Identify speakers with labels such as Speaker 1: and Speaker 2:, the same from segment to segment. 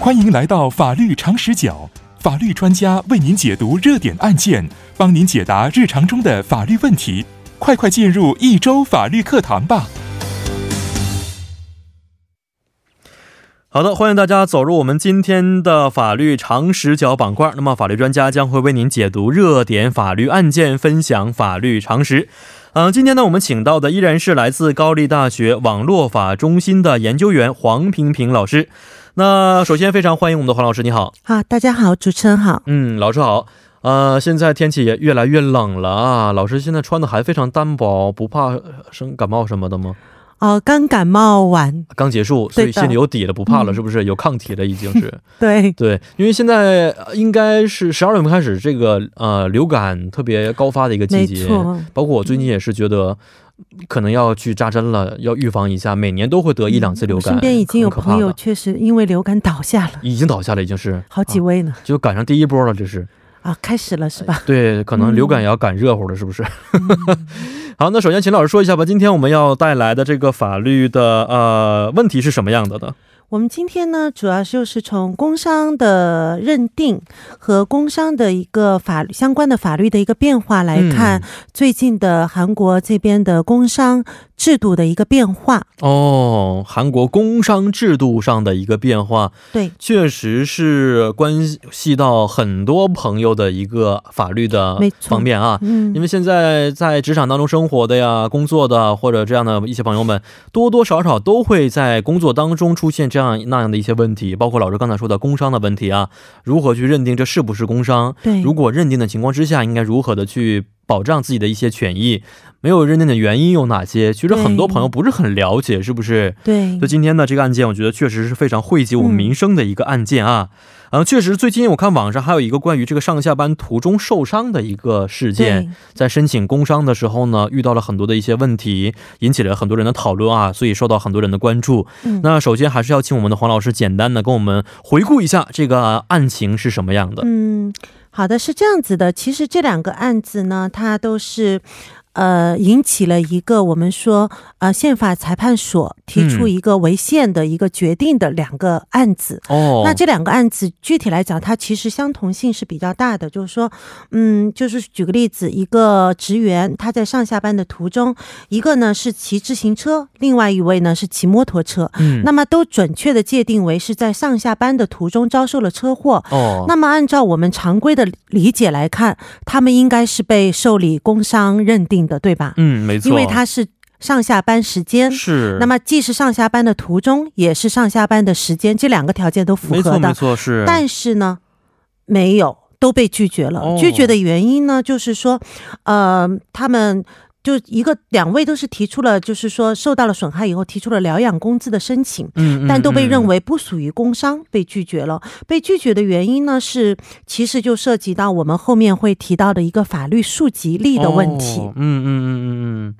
Speaker 1: 欢迎来到法律常识角，法律专家为您解读热点案件，帮您解答日常中的法律问题。快快进入一周法律课堂吧！
Speaker 2: 好的，欢迎大家走入我们今天的法律常识角板块。那么，法律专家将会为您解读热点法律案件，分享法律常识。嗯、今天呢，我们请到的依然是来自高丽大学网络法中心的研究员黄平平老师。那首先非常欢迎我们的黄老师，你好。
Speaker 3: 好，啊大家好，主持人好。
Speaker 2: 嗯，老师好。呃，现在天气也越来越冷了啊，老师现在穿的还非常单薄，不怕生感冒什么的吗？
Speaker 3: 哦，刚感冒完，
Speaker 2: 刚结束，所以
Speaker 3: 对的
Speaker 2: 心里有底了，不怕了，
Speaker 3: 嗯
Speaker 2: 是不是？有抗体了，已经是。
Speaker 3: 对，
Speaker 2: 对，因为现在呃应该是十二月份开始，这个呃流感特别高发的一个季
Speaker 3: 没
Speaker 2: 节，
Speaker 3: 错，
Speaker 2: 包括我最近也是觉得可能要去扎针了，要预防一下，每年都会得一两次流
Speaker 3: 我
Speaker 2: 感，
Speaker 3: 嗯身边已经有
Speaker 2: 很可怕
Speaker 3: 朋友
Speaker 2: 的
Speaker 3: 确实因为流感倒下了，
Speaker 2: 已经倒下了，已经是
Speaker 3: 好几
Speaker 2: 啊
Speaker 3: 位呢。
Speaker 2: 就赶上第一波了，这是
Speaker 3: 啊，开始了是吧？
Speaker 2: 对，可能流感也要赶热乎了，是不是？
Speaker 3: 嗯
Speaker 2: 好，那首先秦老师说一下吧，今天我们要带来的这个法律的呃问题是什么样的呢？
Speaker 3: 我们今天呢，主要就是从工伤的认定和工伤的一个法律相关的法律的一个变化来
Speaker 2: 嗯
Speaker 3: 看，最近的韩国这边的工伤制度的一个变化。
Speaker 2: 哦，韩国工商制度上的一个变化，
Speaker 3: 对，
Speaker 2: 确实是关系到很多朋友的一个法律的
Speaker 3: 没错
Speaker 2: 方面啊。
Speaker 3: 嗯
Speaker 2: 因，为现在在职场当中生活的呀、工作的或者这样的一些朋友们，多多少少都会在工作当中出现这样那样的一些问题，包括老师刚才说的工伤的问题啊，如何去认定这是不是工伤？
Speaker 3: 对，
Speaker 2: 如果认定的情况之下，应该如何的去保障自己的一些权益？没有认定的原因有哪些？其实很多
Speaker 3: 对
Speaker 2: 朋友不是很了解，是不是？
Speaker 3: 对
Speaker 2: 就，今天的这个案件，我觉得确实是非常惠及我
Speaker 3: 嗯
Speaker 2: 们民生的一个案件啊。嗯、确实，最近我看网上还有一个关于这个上下班途中受伤的一个事件，
Speaker 3: 对，
Speaker 2: 在申请工伤的时候呢，遇到了很多的一些问题，引起了很多人的讨论啊，所以受到很多人的关注。
Speaker 3: 嗯
Speaker 2: 那首先还是要请我们的黄老师简单的跟我们回顾一下这个案情是什么样的。
Speaker 3: 嗯，好的，是这样子的。其实这两个案子呢，它都是。呃，引起了一个我们说，呃，宪法裁判所提出
Speaker 2: 嗯
Speaker 3: 一个违宪的一个决定的两个案子。
Speaker 2: 哦，
Speaker 3: 那这两个案子具体来讲，它其实相同性是比较大的。就是说，嗯，就是举个例子，一个职员他在上下班的途中，一个呢是骑自行车，另外一位呢是骑摩托车，
Speaker 2: 嗯，
Speaker 3: 那么都准确的界定为是在上下班的途中遭受了车祸，
Speaker 2: 哦，
Speaker 3: 那么，按照我们常规的理解来看，他们应该是被受理工伤认定的，对吧？
Speaker 2: 嗯，没错，
Speaker 3: 因为他是上下班时间，
Speaker 2: 是
Speaker 3: 那么既是上下班的途中，也是上下班的时间，这两个条件都符
Speaker 2: 没错
Speaker 3: 合
Speaker 2: 没
Speaker 3: 的。
Speaker 2: 错是，
Speaker 3: 但是呢，没有都被拒绝了、
Speaker 2: 哦
Speaker 3: 拒绝的原因呢，就是说，呃，他们。就一个两位都是提出了，就是说受到了损害以后提出了疗养工资的申请，
Speaker 2: 嗯，嗯
Speaker 3: 但都被认
Speaker 2: 嗯
Speaker 3: 为不属于工伤，被拒绝了。被拒绝的原因呢，是其实就涉及到我们后面会提到的一个法律溯及力的问题。
Speaker 2: 哦、嗯嗯嗯嗯嗯。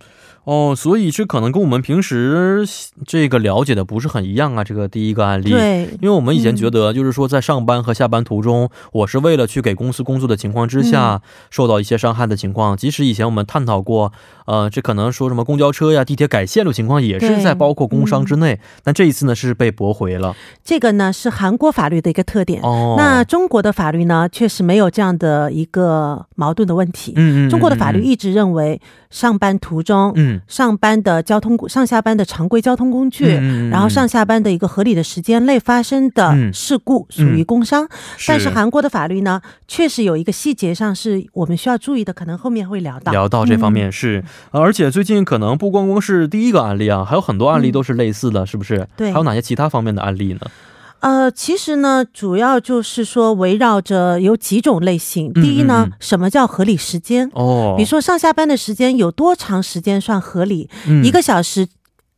Speaker 2: 哦，所以这可能跟我们平时这个了解的不是很一样啊。这个第一个案例，，
Speaker 3: 对，
Speaker 2: 因为我们以前觉得就是说，在上班和下班途中、我是为了去给公司工作的情况之
Speaker 3: 嗯
Speaker 2: 下、受到一些伤害的情况。即使以前我们探讨过，呃，这可能说什么公交车呀、地铁改线路情况也是
Speaker 3: 对
Speaker 2: 在包括工伤之
Speaker 3: 嗯
Speaker 2: 内，但这一次呢是被驳回了。
Speaker 3: 这个呢是韩国法律的一个特点。
Speaker 2: 哦，
Speaker 3: 那中国的法律呢，确实没有这样的一个矛盾的问题。
Speaker 2: 嗯嗯，嗯
Speaker 3: 中国的法律一直认为，上班途中、
Speaker 2: 嗯，
Speaker 3: 上班的交通工上下班的常规交通工具。
Speaker 2: 嗯
Speaker 3: 然后上下班的一个合理的时间内发生的
Speaker 2: 嗯
Speaker 3: 事故属于工伤，但是
Speaker 2: 还。
Speaker 3: 韩国的法律呢，确实有一个细节上是我们需要注意的，可能后面会聊到。
Speaker 2: 聊到这方
Speaker 3: 嗯
Speaker 2: 面是、呃而且最近可能不光光是第一个案例啊，还有很多案例
Speaker 3: 嗯
Speaker 2: 都是类似的，是不是？
Speaker 3: 对
Speaker 2: 还有哪些其他方面的案例呢？
Speaker 3: 呃，其实呢，主要就是说围绕着有几种类型。第一呢，
Speaker 2: 嗯嗯
Speaker 3: 什么叫合理时间？
Speaker 2: 哦，
Speaker 3: 比如说上下班的时间有多长时间算合理？
Speaker 2: 嗯
Speaker 3: 一个小时、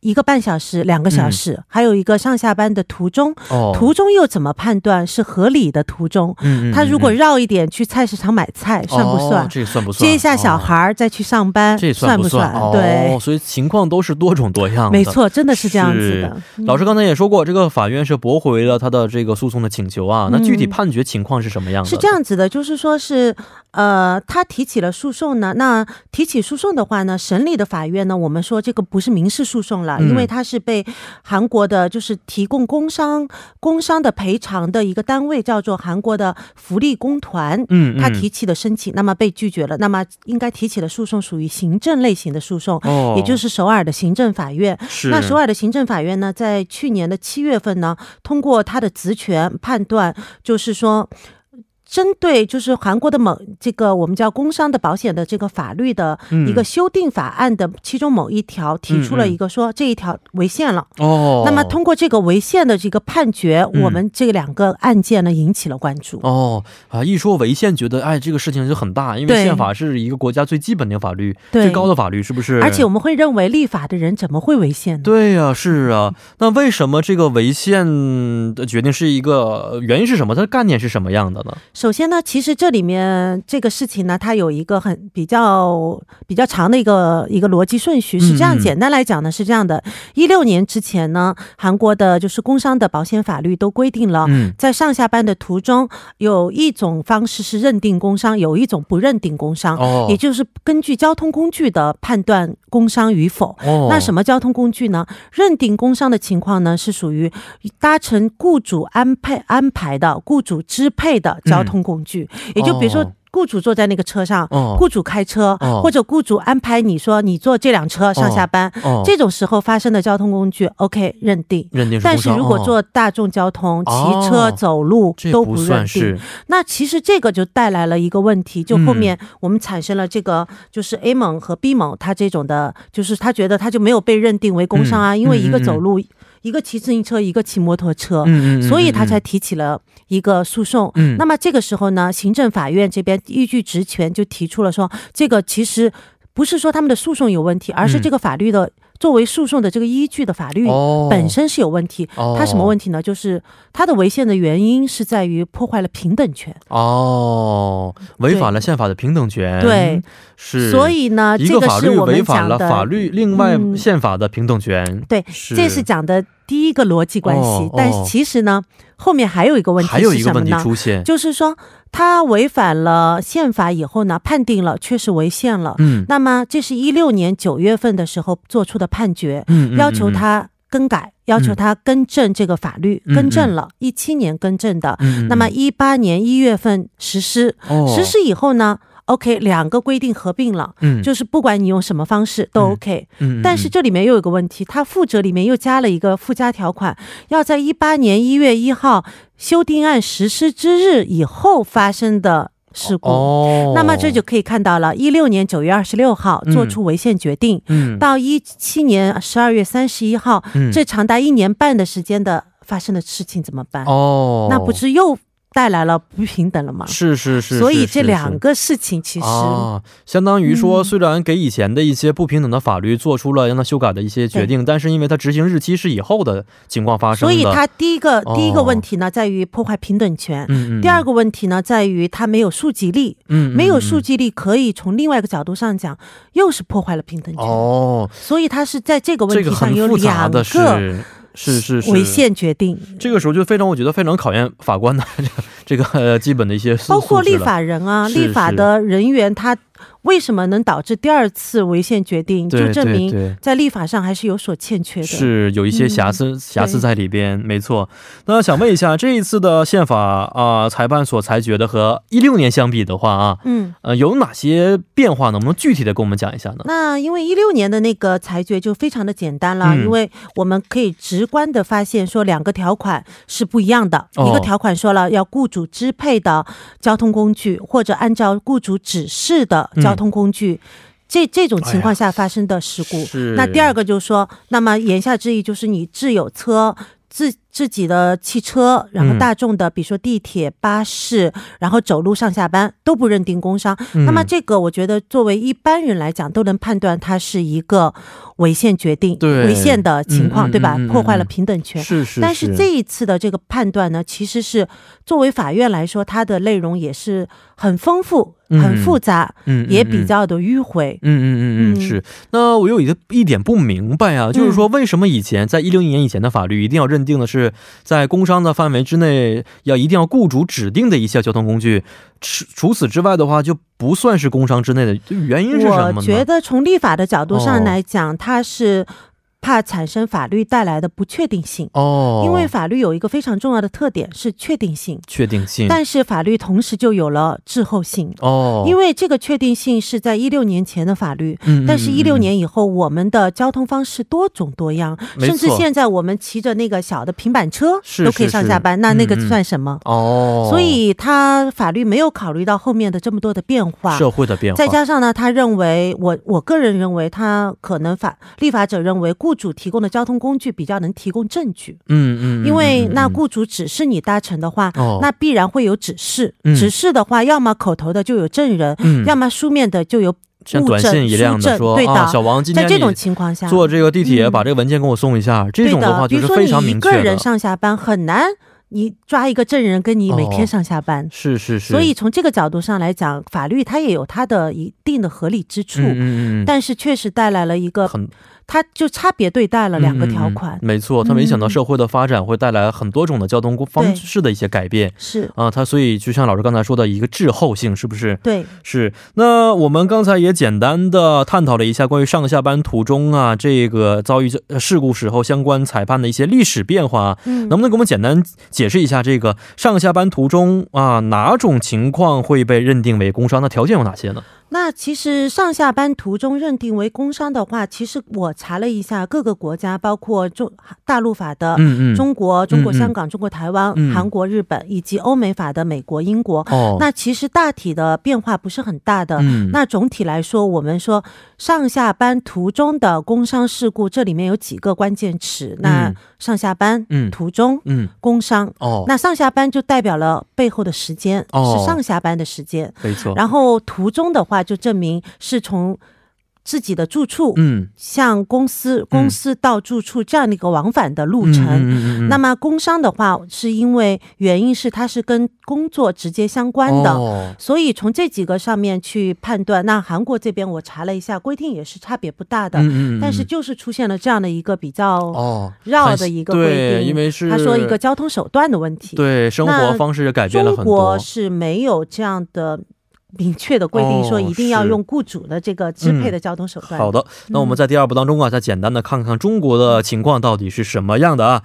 Speaker 3: 一个半小时、两个小时，还有一个上下班的途中，
Speaker 2: 哦，
Speaker 3: 途中又怎么判断是合理的途中？
Speaker 2: 嗯，嗯
Speaker 3: 他如果
Speaker 2: 嗯嗯
Speaker 3: 绕一点去菜市场买菜，算不算？
Speaker 2: 哦这算不算？
Speaker 3: 接一下小孩
Speaker 2: 哦、
Speaker 3: 儿再去上班，
Speaker 2: 这
Speaker 3: 算
Speaker 2: 不
Speaker 3: 算？
Speaker 2: 哦、
Speaker 3: 对。
Speaker 2: 所以情况都是多种多样的。
Speaker 3: 没。错，真的是这样子的。嗯
Speaker 2: 老师刚才也说过，这个法院是驳回了他的这个诉讼的请求啊。那具体
Speaker 3: 嗯
Speaker 2: 判决情况是什么样的？
Speaker 3: 是这，样子的，就是说是，呃，他提起了诉讼呢，那提起诉讼的话呢，审理的法院呢，我们说这个不是民事诉讼了，了，
Speaker 2: 嗯
Speaker 3: 因为它是被韩国的，就是提供工伤工伤的赔偿的一个单位叫做韩国的福利工团，
Speaker 2: 嗯，
Speaker 3: 他提起的申请，那么被拒绝了，那么应该提起的诉讼属于行政类型的诉讼，
Speaker 2: 哦，
Speaker 3: 也就是首尔的行政法院。
Speaker 2: 是
Speaker 3: 那首尔的行政法院呢，在去年的七月份呢，通过他的职权判断，就是说。针对就是韩国的某这个我们叫工伤的保险的这个法律的
Speaker 2: 嗯
Speaker 3: 一个修订法案的其中某一条提出了一个说这一条违宪了，
Speaker 2: 哦，
Speaker 3: 那么通过这个违宪的这个判决，
Speaker 2: 嗯
Speaker 3: 我们这两个案件呢引起了关注。
Speaker 2: 哦啊，一说违宪，觉得哎这个事情就很大，因为
Speaker 3: 对
Speaker 2: 宪法是一个国家最基本的法律，
Speaker 3: 对
Speaker 2: 最高的法律，是不是？
Speaker 3: 而且我们会认为立法的人怎么会违宪呢？
Speaker 2: 对呀、是啊，那为什么这个违宪的决定是一个原因是什么？它的概念是什么样的呢？
Speaker 3: 首先呢，其实这里面这个事情呢，它有一个很比较比较长的一个一个逻辑顺序，是
Speaker 2: 嗯
Speaker 3: 这样。
Speaker 2: 嗯
Speaker 3: 简单来讲呢，是这样的：一六年之前呢，韩国的就是工伤的保险法律都规定了。
Speaker 2: 嗯，
Speaker 3: 在上下班的途中，有一种方式是认定工伤，有一种不认定工伤，
Speaker 2: 哦，
Speaker 3: 啊也就是根据交通工具的判断工伤与否。
Speaker 2: 哦，
Speaker 3: 那什么交通工具呢？认定工伤的情况呢，是属于搭乘雇主安配安排的、雇主支配的交通工具，也就比如
Speaker 2: 哦
Speaker 3: 说雇主坐在那个车上，
Speaker 2: 哦
Speaker 3: 雇主开车、
Speaker 2: 哦
Speaker 3: 或者雇主安排你说你坐这辆车上下班，
Speaker 2: 哦，
Speaker 3: 这种时候发生的交通工具，OK 认定。
Speaker 2: 认定是
Speaker 3: 但
Speaker 2: 工
Speaker 3: 是
Speaker 2: 伤
Speaker 3: 如果
Speaker 2: 哦
Speaker 3: 坐大众交通、
Speaker 2: 哦
Speaker 3: 骑车、走路
Speaker 2: 这
Speaker 3: 都
Speaker 2: 不
Speaker 3: 认
Speaker 2: 算
Speaker 3: 定，
Speaker 2: 是
Speaker 3: 那其实这个就带来了一个问题，就
Speaker 2: 嗯
Speaker 3: 后面我们产生了这个，就是 A 盟和 B 盟，他这种的，就是他觉得他就没有被认定为工伤啊，
Speaker 2: 嗯
Speaker 3: 因为一个走路，一个骑自行车，一个骑摩托车，
Speaker 2: 嗯嗯嗯，
Speaker 3: 所以他
Speaker 2: 嗯
Speaker 3: 才提起了一个诉讼。
Speaker 2: 嗯
Speaker 3: 那么这个时候呢，行政法院这边依据职权就提出了说，这个其实不是说他们的诉讼有问题，而是
Speaker 2: 嗯
Speaker 3: 这个法律的作为诉讼的这个依据的法律
Speaker 2: 哦
Speaker 3: 本身是有问题。
Speaker 2: 哦
Speaker 3: 它什么问题呢？就是它的违宪的原因是在于破坏了平等权。
Speaker 2: 哦，违反了宪法的平等权，
Speaker 3: 对，
Speaker 2: 哎是，
Speaker 3: 所以呢，
Speaker 2: 一
Speaker 3: 啊这
Speaker 2: 个
Speaker 3: 个
Speaker 2: 法律
Speaker 3: 是我
Speaker 2: 违
Speaker 3: 们
Speaker 2: 反
Speaker 3: 讲
Speaker 2: 了
Speaker 3: 的
Speaker 2: 法律，另外
Speaker 3: 嗯
Speaker 2: 宪法的平等权，
Speaker 3: 对，
Speaker 2: 是
Speaker 3: 这是讲的第一个逻辑关系。
Speaker 2: 哦
Speaker 3: 但
Speaker 2: 哦
Speaker 3: 是其实呢，后面还有一个问
Speaker 2: 还
Speaker 3: 题
Speaker 2: 有一
Speaker 3: 是
Speaker 2: 个
Speaker 3: 什么
Speaker 2: 问题
Speaker 3: 呢？
Speaker 2: 出现，
Speaker 3: 就是说，他违反了宪法以后呢，判定了确实违宪了。
Speaker 2: 嗯
Speaker 3: 那么，这是一六年九月份的时候做出的判决，
Speaker 2: 嗯，嗯
Speaker 3: 要求，他更改，要求
Speaker 2: 嗯
Speaker 3: 他更正这个法律，
Speaker 2: 嗯
Speaker 3: 更正了，一七年更正的。
Speaker 2: 嗯嗯嗯
Speaker 3: 那么，一八年一月份实施，
Speaker 2: 哦
Speaker 3: 实施以后呢，OK，两个规定合并了。
Speaker 2: 嗯，
Speaker 3: 就是不管你用什么方式
Speaker 2: 嗯
Speaker 3: 都 OK，、
Speaker 2: 嗯，嗯
Speaker 3: 但是这里面又有个问题，它附则里面又加了一个附加条款，要在一八年一月一号修订案实施之日以后发生的事故。
Speaker 2: 哦，
Speaker 3: 那么这就可以看到了，一六年九月二十六号
Speaker 2: 嗯
Speaker 3: 做出违宪决定，
Speaker 2: 嗯，
Speaker 3: 到一七年十二月三十一号，
Speaker 2: 嗯
Speaker 3: 这长达一年半的时间的发生的事情怎么办？
Speaker 2: 哦，
Speaker 3: 那不是又带来了不平等了吗？
Speaker 2: 是是是，
Speaker 3: 所以
Speaker 2: 是是
Speaker 3: 这两
Speaker 2: 是
Speaker 3: 个事情其实
Speaker 2: 啊，相当于说，
Speaker 3: 嗯
Speaker 2: 虽然给以前的一些不平等的法律做出了让它修改的一些决定，但是因为它执行日期是以后的情况发生
Speaker 3: 所
Speaker 2: 的，
Speaker 3: 以它第一个
Speaker 2: 哦
Speaker 3: 第一个问题呢，在于破坏平等权。
Speaker 2: 嗯嗯，
Speaker 3: 第二个问题呢，在于它没有溯及力，
Speaker 2: 嗯，嗯
Speaker 3: 没有
Speaker 2: 嗯
Speaker 3: 溯及力，可以从另外一个角度上讲，又是破坏了平等权。
Speaker 2: 哦，
Speaker 3: 所以它是在这个问
Speaker 2: 这
Speaker 3: 题
Speaker 2: 个
Speaker 3: 上
Speaker 2: 很
Speaker 3: 有
Speaker 2: 复杂
Speaker 3: 两
Speaker 2: 的
Speaker 3: 个
Speaker 2: 是是是是
Speaker 3: 违。宪决定，
Speaker 2: 这个时候就非常，我觉得非常考验法官的 这个这个呃基本的一些素
Speaker 3: 包括
Speaker 2: 素质
Speaker 3: 立
Speaker 2: 了
Speaker 3: 法人啊，
Speaker 2: 是
Speaker 3: 立法的人员他为什么能导致第二次违宪决定，
Speaker 2: 对
Speaker 3: 就证
Speaker 2: 对
Speaker 3: 明
Speaker 2: 对
Speaker 3: 在立法上还是有所欠缺的。
Speaker 2: 是有一些瑕疵、瑕疵
Speaker 3: 对
Speaker 2: 在里边，没错。那想问一下，这一次的宪法啊、裁判所裁决的和一六年相比的话啊，
Speaker 3: 嗯。
Speaker 2: 呃，有哪些变化？能不能具体的跟我们讲一下呢？
Speaker 3: 那因为一六年的那个裁决就非常的简单了，
Speaker 2: 嗯
Speaker 3: 因为我们可以直观的发现说两个条款是不一样的，
Speaker 2: 哦
Speaker 3: 一个条款说了要雇主支配的交通工具或者按照雇主指示的
Speaker 2: 嗯
Speaker 3: 交通工具。这这种情况下发生的事故，
Speaker 2: 哎是
Speaker 3: 那第二个就是说，那么言下之意就是你自有车、自自己的汽车，然
Speaker 2: 嗯
Speaker 3: 后大众的，比如说地铁、巴士，然后走路上下班都不认定工伤，
Speaker 2: 嗯
Speaker 3: 那么这个，我觉得作为一般人来讲，都能判断它是一个违宪决定、
Speaker 2: 对
Speaker 3: 违宪的情
Speaker 2: 嗯
Speaker 3: 况，
Speaker 2: 嗯
Speaker 3: 对吧
Speaker 2: 嗯嗯？
Speaker 3: 破坏了平等权。
Speaker 2: 是是
Speaker 3: 但是这一次的这个判断呢，其实是作为法院来说，它的内容也是很丰富、
Speaker 2: 嗯
Speaker 3: 很复杂，
Speaker 2: 嗯
Speaker 3: 也比。较的迂回。
Speaker 2: 嗯嗯嗯嗯嗯，
Speaker 3: 嗯
Speaker 2: 是。那我有一个一点不明白啊，就是说为什么以前在一六年以前的法律一定要认定的是在工伤的范围之内，要一定要雇主指定的一项交通工具，除除此之外的话就不算是工伤之内的，原因是什么呢？
Speaker 3: 我觉得从立法的角度上来讲，它是。怕产生法律带来的不确定性。
Speaker 2: 哦，
Speaker 3: 因为法律有一个非常重要的特点是确定性，
Speaker 2: 确定性，
Speaker 3: 但是法律同时就有了滞后性。
Speaker 2: 哦，
Speaker 3: 因
Speaker 2: 为
Speaker 3: 为这个确定性是在一六年前的法律，
Speaker 2: 嗯
Speaker 3: 但是，一六
Speaker 2: 嗯嗯
Speaker 3: 年以后，我们的交通方式多种多样，
Speaker 2: 没
Speaker 3: 甚至
Speaker 2: 错
Speaker 3: 现在我们骑着那个小的平板车
Speaker 2: 是
Speaker 3: 都可以
Speaker 2: 是
Speaker 3: 上
Speaker 2: 是
Speaker 3: 下班，那那个
Speaker 2: 嗯嗯
Speaker 3: 算什么？
Speaker 2: 哦，
Speaker 3: 所以他法律没有考虑到后面的这么多的变化。
Speaker 2: 社会的变化，
Speaker 3: 再加上呢，他认为我我个人认为，他可能法立法者认为，雇主提供的交通工具比较能提供证据，
Speaker 2: 嗯嗯，
Speaker 3: 因为
Speaker 2: 嗯
Speaker 3: 那
Speaker 2: 嗯
Speaker 3: 雇主指示你搭乘的话，
Speaker 2: 哦
Speaker 3: 那必然会有指示，
Speaker 2: 嗯
Speaker 3: 指示的话，要么口头的就有证人，
Speaker 2: 嗯
Speaker 3: 要么书面的就有
Speaker 2: 像
Speaker 3: 物
Speaker 2: 短
Speaker 3: 证、
Speaker 2: 信一样
Speaker 3: 书
Speaker 2: 的
Speaker 3: 证
Speaker 2: 说
Speaker 3: 对的，
Speaker 2: 啊，小王今
Speaker 3: 在
Speaker 2: 天
Speaker 3: 这种
Speaker 2: 你
Speaker 3: 情况下，
Speaker 2: 坐这个地铁，
Speaker 3: 嗯
Speaker 2: 把这个文件给我送一下，这
Speaker 3: 对
Speaker 2: 种
Speaker 3: 的
Speaker 2: 话就是非常明确
Speaker 3: 比如说你一个
Speaker 2: 的
Speaker 3: 人，上下班很难，你抓一个证人跟你每天上下班。
Speaker 2: 是是哦是，
Speaker 3: 所以从这个角度上来讲，法律它也有它的一定的合理之处，
Speaker 2: 嗯嗯嗯，
Speaker 3: 但是确实带来了一个，
Speaker 2: 很嗯
Speaker 3: 它就差别对待了两个
Speaker 2: 嗯嗯
Speaker 3: 条
Speaker 2: 嗯
Speaker 3: 款，
Speaker 2: 没错，他没想到
Speaker 3: 嗯
Speaker 2: 社会的发展会带来很多种的交通方
Speaker 3: 对
Speaker 2: 式的一些改变
Speaker 3: 是
Speaker 2: 啊，他所以就像老师刚才说的一个滞后性，是不是？
Speaker 3: 对，
Speaker 2: 是，那我们刚才也简单的探讨了一下关于上下班途中啊，这个遭遇这事故时候相关裁判的一些历史变化啊，
Speaker 3: 嗯
Speaker 2: 能不能给我们简单解释一下这个上下班途中啊，哪种情况会被认定为工伤？那条件有哪些呢？
Speaker 3: 那其实上下班途中认定为工伤的话，其实我查了一下各个国家，包括中大陆法的
Speaker 2: 嗯嗯，
Speaker 3: 中国、中国
Speaker 2: 嗯嗯
Speaker 3: 香港、中国台湾、
Speaker 2: 嗯
Speaker 3: 韩国、日本，以及欧美法的美国、英国。
Speaker 2: 哦，
Speaker 3: 那其实大体的变化不是很大的。
Speaker 2: 嗯
Speaker 3: 那总体来说，我们说上下班途中的工伤事故，这里面有几个关键词。那上下班、
Speaker 2: 嗯
Speaker 3: 途中、
Speaker 2: 嗯
Speaker 3: 工伤，
Speaker 2: 哦，
Speaker 3: 那上下班就代表了背后的时间、
Speaker 2: 哦
Speaker 3: 是上下班的时间。
Speaker 2: 没错，
Speaker 3: 然后途中的话，就证明是从自己的住处、
Speaker 2: 嗯
Speaker 3: 向公司、公司到住处这样的一个往返的路
Speaker 2: 嗯
Speaker 3: 程。
Speaker 2: 程
Speaker 3: 那么工伤的话，是因为原因是它是跟工作直接相关的。
Speaker 2: 哦
Speaker 3: 所以从这几个上面去判断，那韩国这边我查了一下，规定也是差别不大的，
Speaker 2: 嗯嗯嗯，
Speaker 3: 但是
Speaker 2: 嗯
Speaker 3: 就是出现了这样的一个比较
Speaker 2: 哦
Speaker 3: 绕
Speaker 2: 很
Speaker 3: 的一个规定，
Speaker 2: 对，因为是
Speaker 3: 他说一个交通手段的问题，
Speaker 2: 对生活
Speaker 3: 那
Speaker 2: 方式也改变了
Speaker 3: 中
Speaker 2: 很多
Speaker 3: 国，是没有这样的明确的规定，
Speaker 2: 哦
Speaker 3: 说一定要
Speaker 2: 是嗯
Speaker 3: 用雇主的这个支配的交通手段。嗯
Speaker 2: 好的，那我们在第二部当中啊，再简单的看看中国的情况到底是什么样的啊。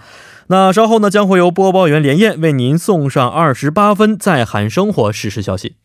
Speaker 2: 那稍后呢，将会由播报员连燕为您送上二十八分在韩生活实时消息。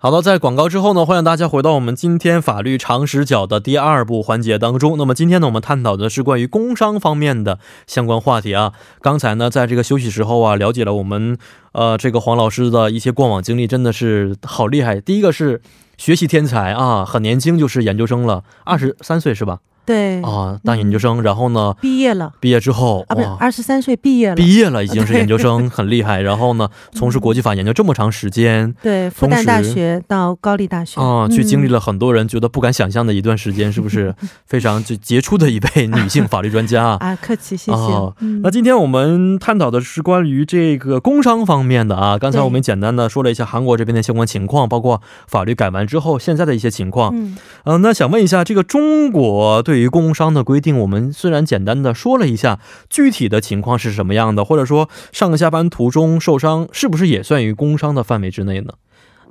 Speaker 2: 好的，在广告之后呢，欢迎大家回到我们今天法律常识角的第二部环节当中。那么今天呢，我们探讨的是关于工伤方面的相关话题啊。刚才呢，在这个休息时候啊，了解了我们呃，这个黄老师的一些过往经历真的是好厉害。第一个是学习天才啊，很年轻就是研究生了，
Speaker 3: 嗯
Speaker 2: 二十三岁是吧？
Speaker 3: 对，
Speaker 2: 啊，当研究生，然后呢，
Speaker 3: 毕业了
Speaker 2: 毕业之后
Speaker 3: 嗯啊，不是
Speaker 2: 哇，
Speaker 3: 二十三岁毕业了，
Speaker 2: 毕业了已经是研究生，很厉 害。然后呢，
Speaker 3: 嗯
Speaker 2: 从事国际法研究这么长时间。
Speaker 3: 对，复
Speaker 2: 同
Speaker 3: 旦大
Speaker 2: 时
Speaker 3: 学到高丽大学嗯
Speaker 2: 啊，去经历
Speaker 3: 了。
Speaker 2: 了很多人觉得不敢想象的一段时间，是不 是非常就杰出的一位女性法律专家啊？
Speaker 3: 啊，客气，谢谢。
Speaker 2: 哦
Speaker 3: 嗯
Speaker 2: 那今天我们探讨的是关于这个工伤方面的啊。刚才
Speaker 3: 对
Speaker 2: 我们简单的说了一下韩国这边的相关情况，包括法律改完之后现在的一些情况。
Speaker 3: 嗯，
Speaker 2: 嗯、那想问一下，这个中国对于工伤的规定，我们虽然简单的说了一下，具体的情况是什么样的，或者说上下班途中受伤是不是也算于工伤的范围之内呢？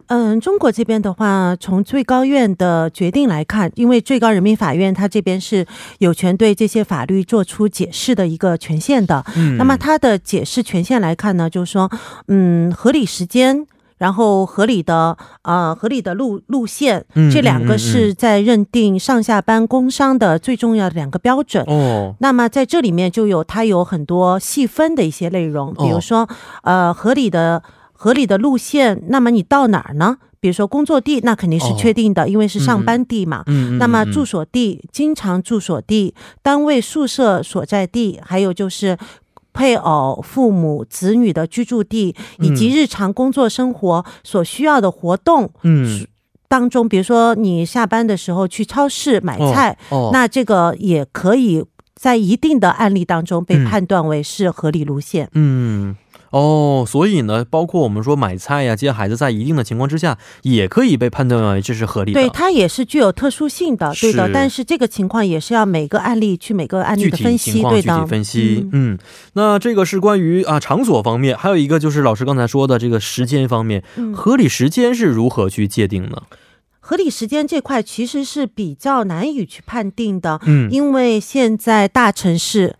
Speaker 3: 嗯，中国这边的话，从最高院的决定来看，因为最高人民法院它这边是有权对这些法律做出解释的一个权限的。
Speaker 2: 嗯
Speaker 3: 那么它的解释权限来看呢，就是说，嗯，合理时间。然后合理的呃合理的路路线
Speaker 2: 嗯，
Speaker 3: 这两
Speaker 2: 嗯嗯
Speaker 3: 个是在认定上下班工伤的最重要的两个标准。
Speaker 2: 哦，
Speaker 3: 那么在这里面就有它有很多细分的一些内容，
Speaker 2: 哦
Speaker 3: 比如说、呃合理的合理的路线，那么你到哪儿呢？比如说工作地，那肯定是
Speaker 2: 哦
Speaker 3: 确定的，因为
Speaker 2: 嗯
Speaker 3: 是
Speaker 2: 嗯
Speaker 3: 上班地嘛。
Speaker 2: 嗯，嗯
Speaker 3: 那么
Speaker 2: 嗯
Speaker 3: 住所地、经常住所地、单位宿舍所在地，还有就是。配偶、父母、子女的居住地，以及
Speaker 2: 嗯
Speaker 3: 日常工作生活所需要的活动
Speaker 2: 嗯，
Speaker 3: 当中，比如说你下班的时候去超市买
Speaker 2: 哦
Speaker 3: 菜，
Speaker 2: 哦，
Speaker 3: 那这个也可以在一定的案例当中被
Speaker 2: 嗯
Speaker 3: 判断为是合理路线。
Speaker 2: 嗯。哦，所以呢，包括我们说买菜呀、接孩子，在一定的情况之下，也可以被判断为这是合理的。
Speaker 3: 对，它也是具有特殊性的，对的
Speaker 2: 是。
Speaker 3: 但是这个情况也是要每个案例去每个案例
Speaker 2: 具
Speaker 3: 的
Speaker 2: 体
Speaker 3: 分
Speaker 2: 情
Speaker 3: 析，
Speaker 2: 况
Speaker 3: 对
Speaker 2: 具体
Speaker 3: 的。
Speaker 2: 分析
Speaker 3: 嗯，
Speaker 2: 嗯那这个是关于啊场所方面，还有一个就是老师刚才说的这个时间方面，
Speaker 3: 嗯
Speaker 2: 合理时间是如何去界定呢？
Speaker 3: 合理时间这块其实是比较难以去判定的，
Speaker 2: 嗯
Speaker 3: 因为现在大城市。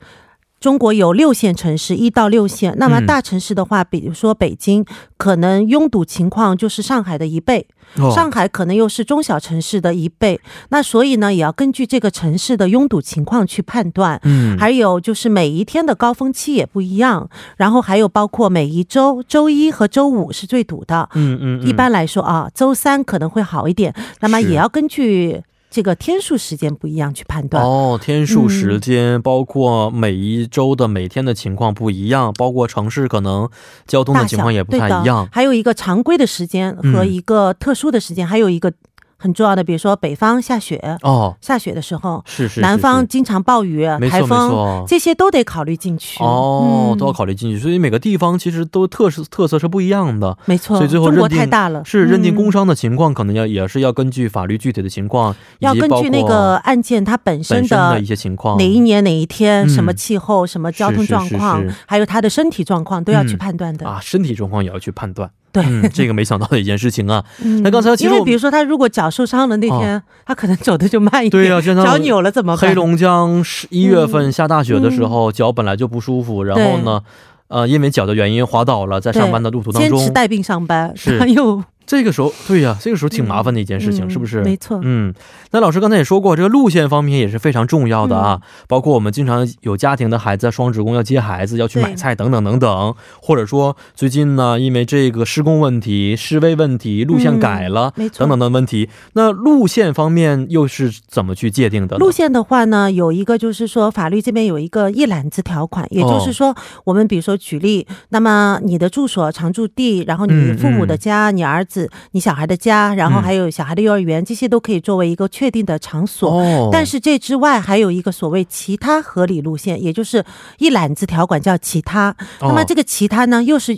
Speaker 3: 中国有六线城市，一到六线。那么
Speaker 2: 嗯
Speaker 3: 大城市的话，比如说北京，可能拥堵情况就是上海的一倍。
Speaker 2: 哦
Speaker 3: 上海可能又是中小城市的一倍，那所以呢，也要根据这个城市的拥堵情况去判断。
Speaker 2: 嗯
Speaker 3: 还有就是每一天的高峰期也不一样，然后还有包括每一周，周一和周五是最堵的。
Speaker 2: 嗯嗯，嗯
Speaker 3: 一般来说啊，周三可能会好一点，那么
Speaker 2: 是
Speaker 3: 也要根据这个天数时间不一样去判断。
Speaker 2: 哦，天数、
Speaker 3: 嗯
Speaker 2: 时间，包括每一周的每天的情况不一样，包括城市可能交通
Speaker 3: 大
Speaker 2: 的
Speaker 3: 小
Speaker 2: 情况也不
Speaker 3: 对
Speaker 2: 太
Speaker 3: 的
Speaker 2: 一样。
Speaker 3: 还有一个常规的时间和
Speaker 2: 嗯
Speaker 3: 一个特殊的时间，还有一个很重要的，比如说北方下雪，
Speaker 2: 哦，
Speaker 3: 下雪的时候，
Speaker 2: 是是是
Speaker 3: 南方
Speaker 2: 是
Speaker 3: 经常暴雨、
Speaker 2: 没
Speaker 3: 台
Speaker 2: 错没
Speaker 3: 风，
Speaker 2: 错。
Speaker 3: 这些都得考虑进去。
Speaker 2: 哦，
Speaker 3: 嗯
Speaker 2: 都要考虑进去，所以每个地方其实都特色特色是不一样的，
Speaker 3: 没错，
Speaker 2: 所以最后
Speaker 3: 中国
Speaker 2: 认定
Speaker 3: 太大了，
Speaker 2: 是认定工
Speaker 3: 嗯
Speaker 2: 伤的情况，可能要也是要根据法律具体的情况，以
Speaker 3: 要
Speaker 2: 及
Speaker 3: 根
Speaker 2: 包
Speaker 3: 据那
Speaker 2: 括
Speaker 3: 个案件它本
Speaker 2: 本
Speaker 3: 身
Speaker 2: 身的
Speaker 3: 的
Speaker 2: 一。些情况，
Speaker 3: 哪一年哪一天、
Speaker 2: 嗯
Speaker 3: 什么气候、什么交通状况，
Speaker 2: 是是是
Speaker 3: 还有他的身体状况，都要去判断的。
Speaker 2: 啊，身体状况也要去判断。
Speaker 3: 对
Speaker 2: 嗯，这个没想到的一件事情 啊。
Speaker 3: 嗯
Speaker 2: 那刚才其实
Speaker 3: 因为
Speaker 2: 我哦
Speaker 3: 比如说他如果脚受伤了那天，他可能走的就慢一点。
Speaker 2: 对呀就像
Speaker 3: 脚扭了怎么办？嗯
Speaker 2: 黑龙江十一月份下大雪的时候、脚本来就不舒服，然后呢，呃，因为脚的原因滑倒了，在上班的路途当
Speaker 3: 坚持
Speaker 2: 中，
Speaker 3: 带病上班，
Speaker 2: 是
Speaker 3: 他 又
Speaker 2: 这个时候，对呀、这个时候挺麻烦的一件事情，
Speaker 3: 嗯
Speaker 2: 是不是？
Speaker 3: 没错，
Speaker 2: 嗯，那老师刚才也说过，这个路线方面也是非常重要的
Speaker 3: 嗯
Speaker 2: 啊，包括我们经常有家庭的孩子双职工要接孩子，要去买
Speaker 3: 对
Speaker 2: 菜等等等等，或者说最近呢，因为这个施工问题、示威问题，路线改了、
Speaker 3: 没错
Speaker 2: 等等的问题，那路线方面又是怎么去界定的呢？
Speaker 3: 路线的话呢，有一个就是说，法律这边有一个一揽子条款，也
Speaker 2: 哦
Speaker 3: 就是说，我们比如说举例，那么你的住所、常住地，然后你父母
Speaker 2: 嗯
Speaker 3: 的家、你儿子、你小孩的家，然后还有小孩的幼儿园，这些都可以作为一个确定的场所。
Speaker 2: 哦，
Speaker 3: 但是这之外，还有一个所谓其他合理路线，也就是一揽子条款叫其他。那么
Speaker 2: 哦
Speaker 3: 这个其他呢，又是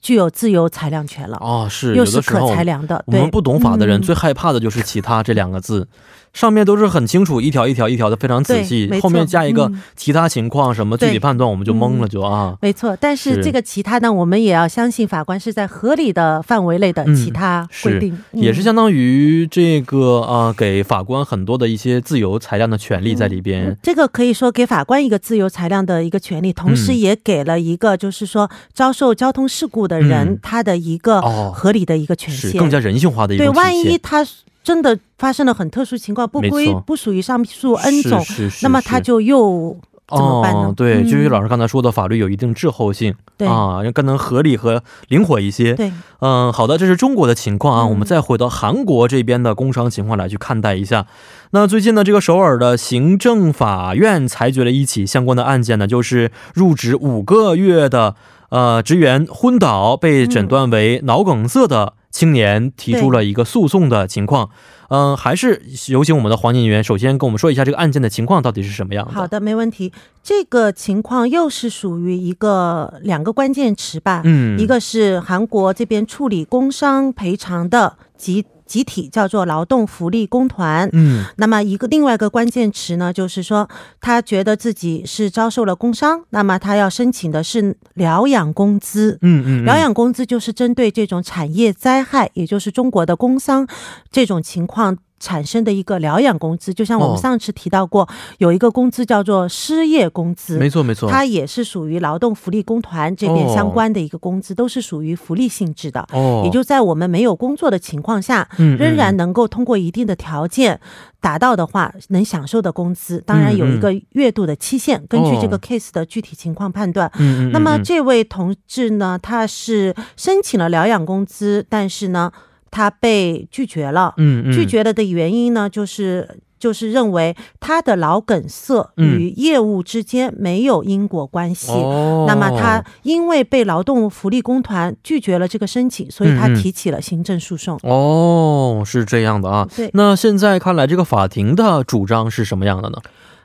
Speaker 3: 具有自由裁量权了，
Speaker 2: 哦，是
Speaker 3: 又
Speaker 2: 有
Speaker 3: 是
Speaker 2: 的时
Speaker 3: 可
Speaker 2: 候
Speaker 3: 裁量的。
Speaker 2: 我
Speaker 3: 对
Speaker 2: 们不懂法的人
Speaker 3: 嗯
Speaker 2: 最害怕的就是“其他”这两个字，上面都是很清楚，一条一条一条的非常仔细
Speaker 3: 对没，错
Speaker 2: 后面加一个
Speaker 3: 嗯
Speaker 2: 其他情况什么具体
Speaker 3: 对嗯
Speaker 2: 判断，我们就懵了，就啊。
Speaker 3: 没错，但
Speaker 2: 是
Speaker 3: 是这个其他呢，我们也要相信法官是在合理的范围内的
Speaker 2: 嗯
Speaker 3: 其他规定，嗯
Speaker 2: 也是相当于这个啊、呃给法官很多的一些自由裁量的权利在里边。
Speaker 3: 这个可以说给法官一个自由裁量的一个权利，同时
Speaker 2: 嗯
Speaker 3: 也给了一个就是说遭受交通事故的人、
Speaker 2: 嗯
Speaker 3: 他的一个
Speaker 2: 哦
Speaker 3: 合理的一个权
Speaker 2: 是
Speaker 3: 限。
Speaker 2: 更加人性化的一种
Speaker 3: 嗯对，
Speaker 2: 体现。
Speaker 3: 万一他真的发生了很特殊情况，不
Speaker 2: 没
Speaker 3: 归
Speaker 2: 错
Speaker 3: 不属于上述 N 种，
Speaker 2: 是是是
Speaker 3: 那么他
Speaker 2: 是
Speaker 3: 就又怎么办呢
Speaker 2: 哦，对，
Speaker 3: 嗯
Speaker 2: 就是老师刚才说的，法律有一定滞后性
Speaker 3: 对
Speaker 2: 啊，要更能合理和灵活一些。
Speaker 3: 对
Speaker 2: 嗯，好的，这是中国的情况啊。
Speaker 3: 嗯
Speaker 2: 我们再回到韩国这边的工伤情况来去看待一下。那最近呢，这个首尔的行政法院裁决了一起相关的案件呢，就是入职五个月的呃职员昏倒被诊
Speaker 3: 嗯
Speaker 2: 断为脑梗塞的青年提出了一个诉讼的情况。嗯、还是有请我们的黄警员首先跟我们说一下这个案件的情况到底是什么样的。
Speaker 3: 好，的，没问题。这个情况又是属于一个两个关键词吧，
Speaker 2: 嗯，
Speaker 3: 一个是韩国这边处理工伤赔偿的集集体叫做劳动福利工团。
Speaker 2: 嗯
Speaker 3: 那么一个另外一个关键词呢，就是说他觉得自己是遭受了工伤，那么他要申请的是疗养工资。
Speaker 2: 嗯嗯，
Speaker 3: 疗养工资就是针对这种产业灾害，也就是中国的工伤这种情况产生的一个疗养工资。就像我们
Speaker 2: 哦
Speaker 3: 上次提到过，有一个工资叫做失业工资，
Speaker 2: 没错没错，
Speaker 3: 它也是属于劳动福利工团这边
Speaker 2: 哦
Speaker 3: 相关的一个工资，都是属于福利性质的。
Speaker 2: 哦，
Speaker 3: 也就在我们没有工作的情况下，
Speaker 2: 嗯
Speaker 3: 仍然
Speaker 2: 嗯
Speaker 3: 能够通过一定的条件达到的话，能享受的工资，当然有一个月度的期限，根据这个
Speaker 2: 嗯哦
Speaker 3: case 的具体情况判断。
Speaker 2: 嗯嗯，
Speaker 3: 那么
Speaker 2: 嗯
Speaker 3: 这位同志呢，他是申请了疗养工资，但是呢，他被拒绝了。
Speaker 2: 嗯嗯
Speaker 3: 拒绝了的原因呢，就是就是认为他的脑梗塞
Speaker 2: 嗯
Speaker 3: 与业务之间没有因果关系。
Speaker 2: 哦，
Speaker 3: 那么他因为被劳动福利工团拒绝了这个申请，所以他
Speaker 2: 嗯嗯
Speaker 3: 提起了行政诉讼。
Speaker 2: 哦是这样的啊。
Speaker 3: 对，
Speaker 2: 那现在看来，这个法庭的主张是什么样的呢？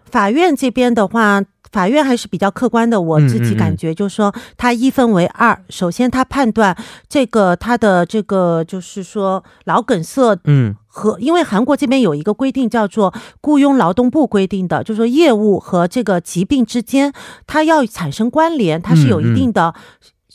Speaker 3: 法院这边的话，法院还是比较客观的。
Speaker 2: 嗯
Speaker 3: 我自己感觉就是说，他一分为二。首先，他判断这个他的这个就是说脑梗塞
Speaker 2: 嗯，
Speaker 3: 和因为韩国这边有一个规定叫做《雇佣劳动部规定》的，就是说业务和这个疾病之间它要产生关联，它是有一定的。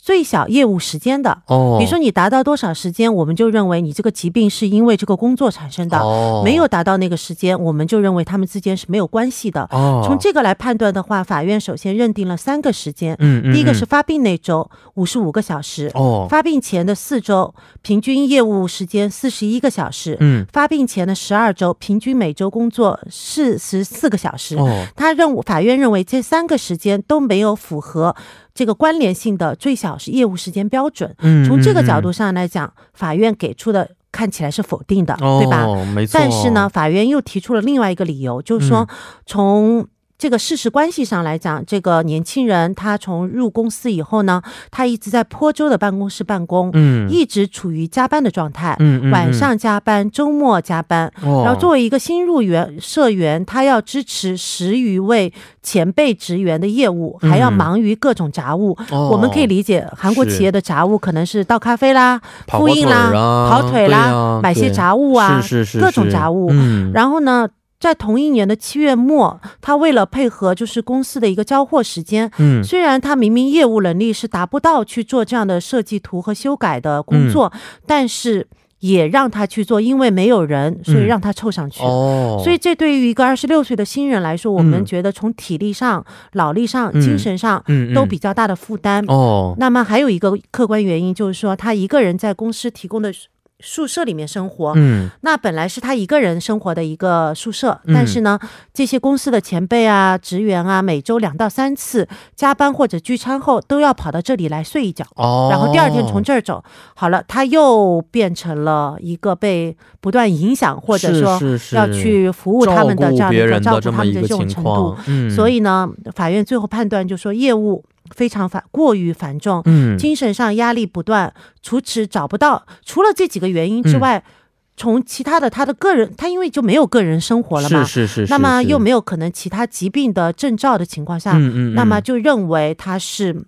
Speaker 3: 最小业务时间的。
Speaker 2: 嗯哦，
Speaker 3: 比如说你达到多少时间，我们就认为你这个疾病是因为这个工作产生的；
Speaker 2: 哦
Speaker 3: 没有达到那个时间，我们就认为他们之间是没有关系的。
Speaker 2: 哦，
Speaker 3: 从这个来判断的话，法院首先认定了三个时间，
Speaker 2: 嗯嗯，
Speaker 3: 第一个
Speaker 2: 嗯
Speaker 3: 是发病那周五十五个小时，
Speaker 2: 哦，
Speaker 3: 发病前的四周平均业务时间四十一个小时，
Speaker 2: 嗯
Speaker 3: 发病前的十二周平均每周工作四十四个小时。
Speaker 2: 哦
Speaker 3: 他认为法院认为这三个时间都没有符合这个关联性的最小是业务时间标准。
Speaker 2: 嗯，
Speaker 3: 从这个角
Speaker 2: 嗯
Speaker 3: 度上来讲，法院给出的看起来是否定的，
Speaker 2: 嗯、
Speaker 3: 对吧？
Speaker 2: 哦？没错。嗯
Speaker 3: 但是呢，，法院又提出了另外一个理由，就是说从。这个事实关系上来讲，这个年轻人他从入公司以后呢，他一直在坡州的办公室办公，
Speaker 2: 嗯
Speaker 3: 一直处于加班的状态，
Speaker 2: 嗯嗯，
Speaker 3: 晚上加班，周末加班。
Speaker 2: 哦，
Speaker 3: 然后作为一个新入员社员，他要支持十余位前辈职员的业务，还要
Speaker 2: 嗯
Speaker 3: 忙于各种杂务。
Speaker 2: 哦
Speaker 3: 我们可以理解韩国
Speaker 2: 是
Speaker 3: 企业的杂务可能是倒咖啡啦、
Speaker 2: 跑
Speaker 3: 复
Speaker 2: 火
Speaker 3: 印
Speaker 2: 腿
Speaker 3: 啦
Speaker 2: 儿啊、
Speaker 3: 跑腿
Speaker 2: 对
Speaker 3: 啦
Speaker 2: 啊
Speaker 3: 买些
Speaker 2: 对
Speaker 3: 杂物啊，
Speaker 2: 是是是
Speaker 3: 各种
Speaker 2: 是
Speaker 3: 杂物
Speaker 2: 嗯，
Speaker 3: 然后呢，在同一年的七月末，他为了配合就是公司的一个交货时间，
Speaker 2: 嗯
Speaker 3: 虽然他明明业务能力是达不到去做这样的设计图和修改的工作，
Speaker 2: 嗯
Speaker 3: 但是也让他去做，因为没有人，所以
Speaker 2: 嗯
Speaker 3: 让他凑上去。
Speaker 2: 哦，
Speaker 3: 所以，这对于一个二十六岁的新人来说，我
Speaker 2: 嗯
Speaker 3: 们觉得从体力上、脑力上、
Speaker 2: 嗯
Speaker 3: 精神上
Speaker 2: 嗯
Speaker 3: 都
Speaker 2: 嗯
Speaker 3: 比较大的负担。
Speaker 2: 哦
Speaker 3: 那么还有一个客观原因就是说，他一个人在公司提供的宿舍里面生活，
Speaker 2: 嗯
Speaker 3: 那本来是他一个人生活的一个宿舍，
Speaker 2: 嗯
Speaker 3: 但是呢，这些公司的前辈啊、职员啊，每周两到三次加班或者聚餐后，都要跑到这里来睡一觉，
Speaker 2: 哦，
Speaker 3: 然后第二天从这儿走。好了，他又变成了一个被不断影响，或者说
Speaker 2: 是是是
Speaker 3: 要去服务他们的这
Speaker 2: 照
Speaker 3: 样
Speaker 2: 顾
Speaker 3: 的一
Speaker 2: 别
Speaker 3: 个
Speaker 2: 人
Speaker 3: 照
Speaker 2: 的
Speaker 3: 顾
Speaker 2: 这
Speaker 3: 他
Speaker 2: 么
Speaker 3: 们
Speaker 2: 一
Speaker 3: 的
Speaker 2: 个
Speaker 3: 这种
Speaker 2: 情
Speaker 3: 程度
Speaker 2: 况。，嗯，
Speaker 3: 所以呢，法院最后判断就说业务非常繁过于繁重，
Speaker 2: 嗯
Speaker 3: 精神上压力不断，除此找不到，除了这几个原因之
Speaker 2: 嗯
Speaker 3: 外，从其他的他的个人，他因为就没有个人生活了嘛，
Speaker 2: 是是是是，
Speaker 3: 那么又
Speaker 2: 是
Speaker 3: 没有可能其他疾病的症兆的情况下，
Speaker 2: 嗯嗯，
Speaker 3: 那么
Speaker 2: 嗯
Speaker 3: 就认为他是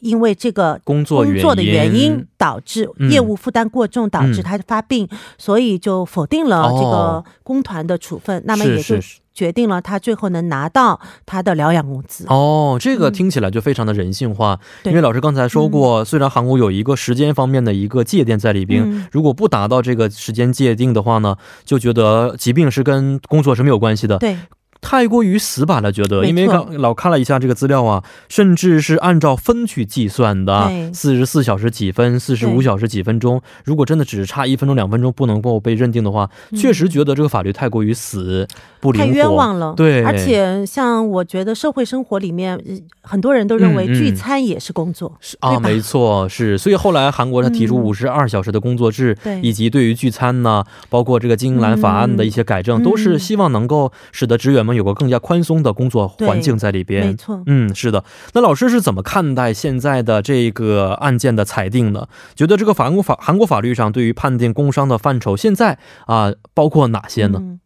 Speaker 3: 因为这个。
Speaker 2: 工作
Speaker 3: 工作的原因导致
Speaker 2: 嗯
Speaker 3: 业务负担过重，导致
Speaker 2: 嗯
Speaker 3: 他发病，所以就否定了这
Speaker 2: 哦
Speaker 3: 个工团的处分，那么
Speaker 2: 是
Speaker 3: 也就是
Speaker 2: 是
Speaker 3: 决定了他最后能拿到他的疗养工资。
Speaker 2: 哦，这个
Speaker 3: 嗯
Speaker 2: 听起来就非常的人性化，
Speaker 3: 对嗯
Speaker 2: 因为老师刚才说过，虽然韩国有一个时间方面的一个界定在里边、
Speaker 3: 嗯
Speaker 2: 如果不达到这个时间界定的话呢，就觉得疾病是跟工作是没有关系的，
Speaker 3: 对，
Speaker 2: 太过于死板了，觉得，
Speaker 3: 没错
Speaker 2: 因为刚老看了一下这个资料啊，甚至是按照分去计算的，
Speaker 3: 对
Speaker 2: 四十四小时几分，四十五
Speaker 3: 对
Speaker 2: 小时几分钟，如果真的只差一分钟两分钟不能够被认定的话，
Speaker 3: 嗯
Speaker 2: 确实觉得这个法律太过于死，不灵
Speaker 3: 太
Speaker 2: 活，
Speaker 3: 冤枉了。
Speaker 2: 对
Speaker 3: 而且像我觉得社会生活里面，呃很多人都认为
Speaker 2: 嗯嗯
Speaker 3: 聚餐也是工作。
Speaker 2: 是啊，
Speaker 3: 对吧
Speaker 2: 没错，是，所以后来韩国他提出
Speaker 3: 嗯
Speaker 2: 五十二小时的工作制，
Speaker 3: 对
Speaker 2: 以及对于聚餐呢，包括这个金兰法案的一些改正、
Speaker 3: 嗯
Speaker 2: 都是希望能够使得职员们有个更加宽松的工作环境在里
Speaker 3: 没
Speaker 2: 边。
Speaker 3: 错，
Speaker 2: 嗯，是的。那老师是怎么看待现在的这个案件的裁定的？觉得这个韩国法韩国法律上对于判定工伤的范畴，现在啊、包括哪些呢？
Speaker 3: 嗯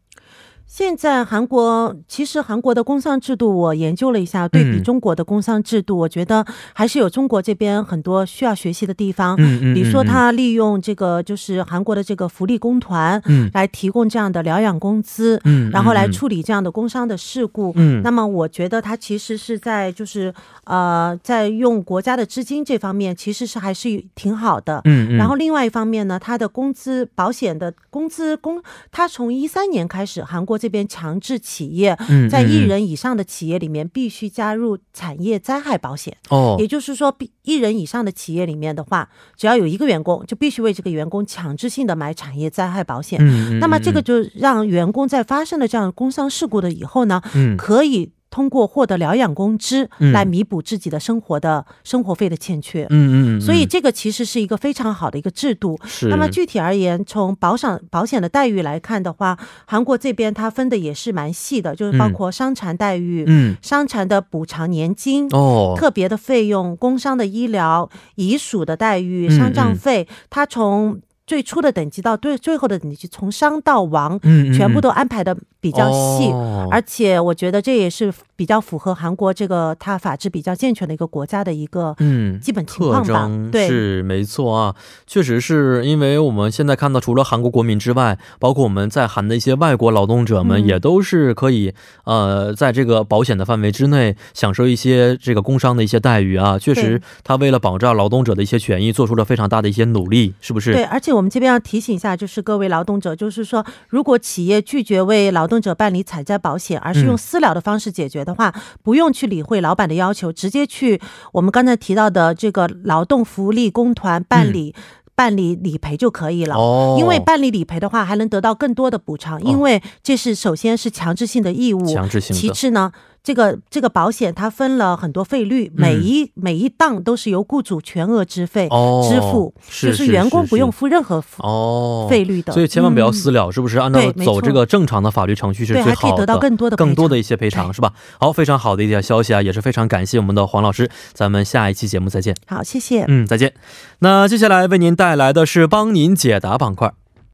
Speaker 3: 现在韩国其实韩国的工商制度，我研究了一下，对比
Speaker 2: 嗯
Speaker 3: 中国的工商制度，我觉得还是有中国这边很多需要学习的地方。
Speaker 2: 嗯嗯，
Speaker 3: 比如说，
Speaker 2: 嗯，
Speaker 3: 他利用这个就是韩国的这个福利工团
Speaker 2: 嗯
Speaker 3: 来提供这样的疗养工资，
Speaker 2: 嗯，
Speaker 3: 然后来
Speaker 2: 嗯，
Speaker 3: 处理这样的工伤的事故。
Speaker 2: 嗯，
Speaker 3: 那么我觉得他其实是在就是呃，在用国家的资金这方面，其实是还是挺好的。
Speaker 2: 嗯嗯，
Speaker 3: 然后另外一方面呢，他的工资保险的工资工，他从一三年开始，韩国这边强制企业
Speaker 2: 嗯
Speaker 3: 在
Speaker 2: 嗯
Speaker 3: 一
Speaker 2: 嗯
Speaker 3: 人以上的企业里面必须加入产业灾害保险，
Speaker 2: 哦
Speaker 3: 也就是说，必一人以上的企业里面的话，只要有一个员工，就必须为这个员工强制性的买产业灾害保险。
Speaker 2: 嗯，嗯
Speaker 3: 那么这个
Speaker 2: 嗯
Speaker 3: 就让员工在发生了这样的工伤事故的以后呢，
Speaker 2: 嗯
Speaker 3: 可以通过获得疗养工资
Speaker 2: 嗯
Speaker 3: 来弥补自己的生活的生活费的欠缺。
Speaker 2: 嗯嗯嗯，
Speaker 3: 所以
Speaker 2: 嗯
Speaker 3: 这个其实是一个非常好的一个制度。
Speaker 2: 是
Speaker 3: 那么具体而言，从保险保险的待遇来看的话，韩国这边它分的也是蛮细的，就是包
Speaker 2: 嗯
Speaker 3: 括伤残待遇、
Speaker 2: 嗯
Speaker 3: 伤残的补偿年金、
Speaker 2: 哦，
Speaker 3: 特别的费用、工伤的医疗、遗属的待遇、
Speaker 2: 嗯
Speaker 3: 丧
Speaker 2: 嗯
Speaker 3: 葬费，它从最初的等级到最最后的等级，从伤到亡，
Speaker 2: 嗯嗯
Speaker 3: 全
Speaker 2: 嗯
Speaker 3: 部都安排的比较细，
Speaker 2: 哦
Speaker 3: 而且我觉得这也是比较符合韩国这个它法制比较健全的一个国家的一个
Speaker 2: 嗯，
Speaker 3: 基本情
Speaker 2: 特
Speaker 3: 况吧。
Speaker 2: 征
Speaker 3: 对，
Speaker 2: 是没错啊，确实是因为我们现在看到，除了韩国国民之外，包括我们在韩的一些外国劳动者们，
Speaker 3: 嗯
Speaker 2: 也都是可以、呃，在这个保险的范围之内享受一些这个工伤的一些待遇啊。确实
Speaker 3: 对，
Speaker 2: 他为了保障劳动者的一些权益，做出了非常大的一些努力，是不是？
Speaker 3: 对，而且我们这边要提醒一下，就是各位劳动者，就是说，如果企业拒绝为劳动者办理采摘保险，而是用
Speaker 2: 嗯
Speaker 3: 私了的方式解决的话，不用去理会老板的要求，直接去我们刚才提到的这个劳动福利公团办理、办理理赔就可以了。
Speaker 2: 嗯哦，
Speaker 3: 因为办理理赔的话，还能得到更多的补偿，因为这是首先是强制性的义务，
Speaker 2: 强制性
Speaker 3: 其
Speaker 2: 的，
Speaker 3: 次呢，这个这个保险它分了很多费率，每一、每一档都是由雇主全额支费、
Speaker 2: 嗯哦，
Speaker 3: 支付，
Speaker 2: 是
Speaker 3: 就是员工不用
Speaker 2: 是
Speaker 3: 付任何付
Speaker 2: 哦
Speaker 3: 费率的，
Speaker 2: 所以千万不要
Speaker 3: 嗯
Speaker 2: 私了，是不是？按照
Speaker 3: 对没
Speaker 2: 走
Speaker 3: 错
Speaker 2: 这个正常的法律程序是
Speaker 3: 对，
Speaker 2: 最
Speaker 3: 还可以
Speaker 2: 好
Speaker 3: 得
Speaker 2: 的
Speaker 3: 到。更多的
Speaker 2: 更多
Speaker 3: 赔
Speaker 2: 的一些赔偿是吧？好，非常好的一条消息啊，也是非常感谢我们的黄老师，咱们下一期节目再见。
Speaker 3: 偿。好，谢谢。
Speaker 2: 嗯，再见。那接下来为您带来的是帮您解答板块。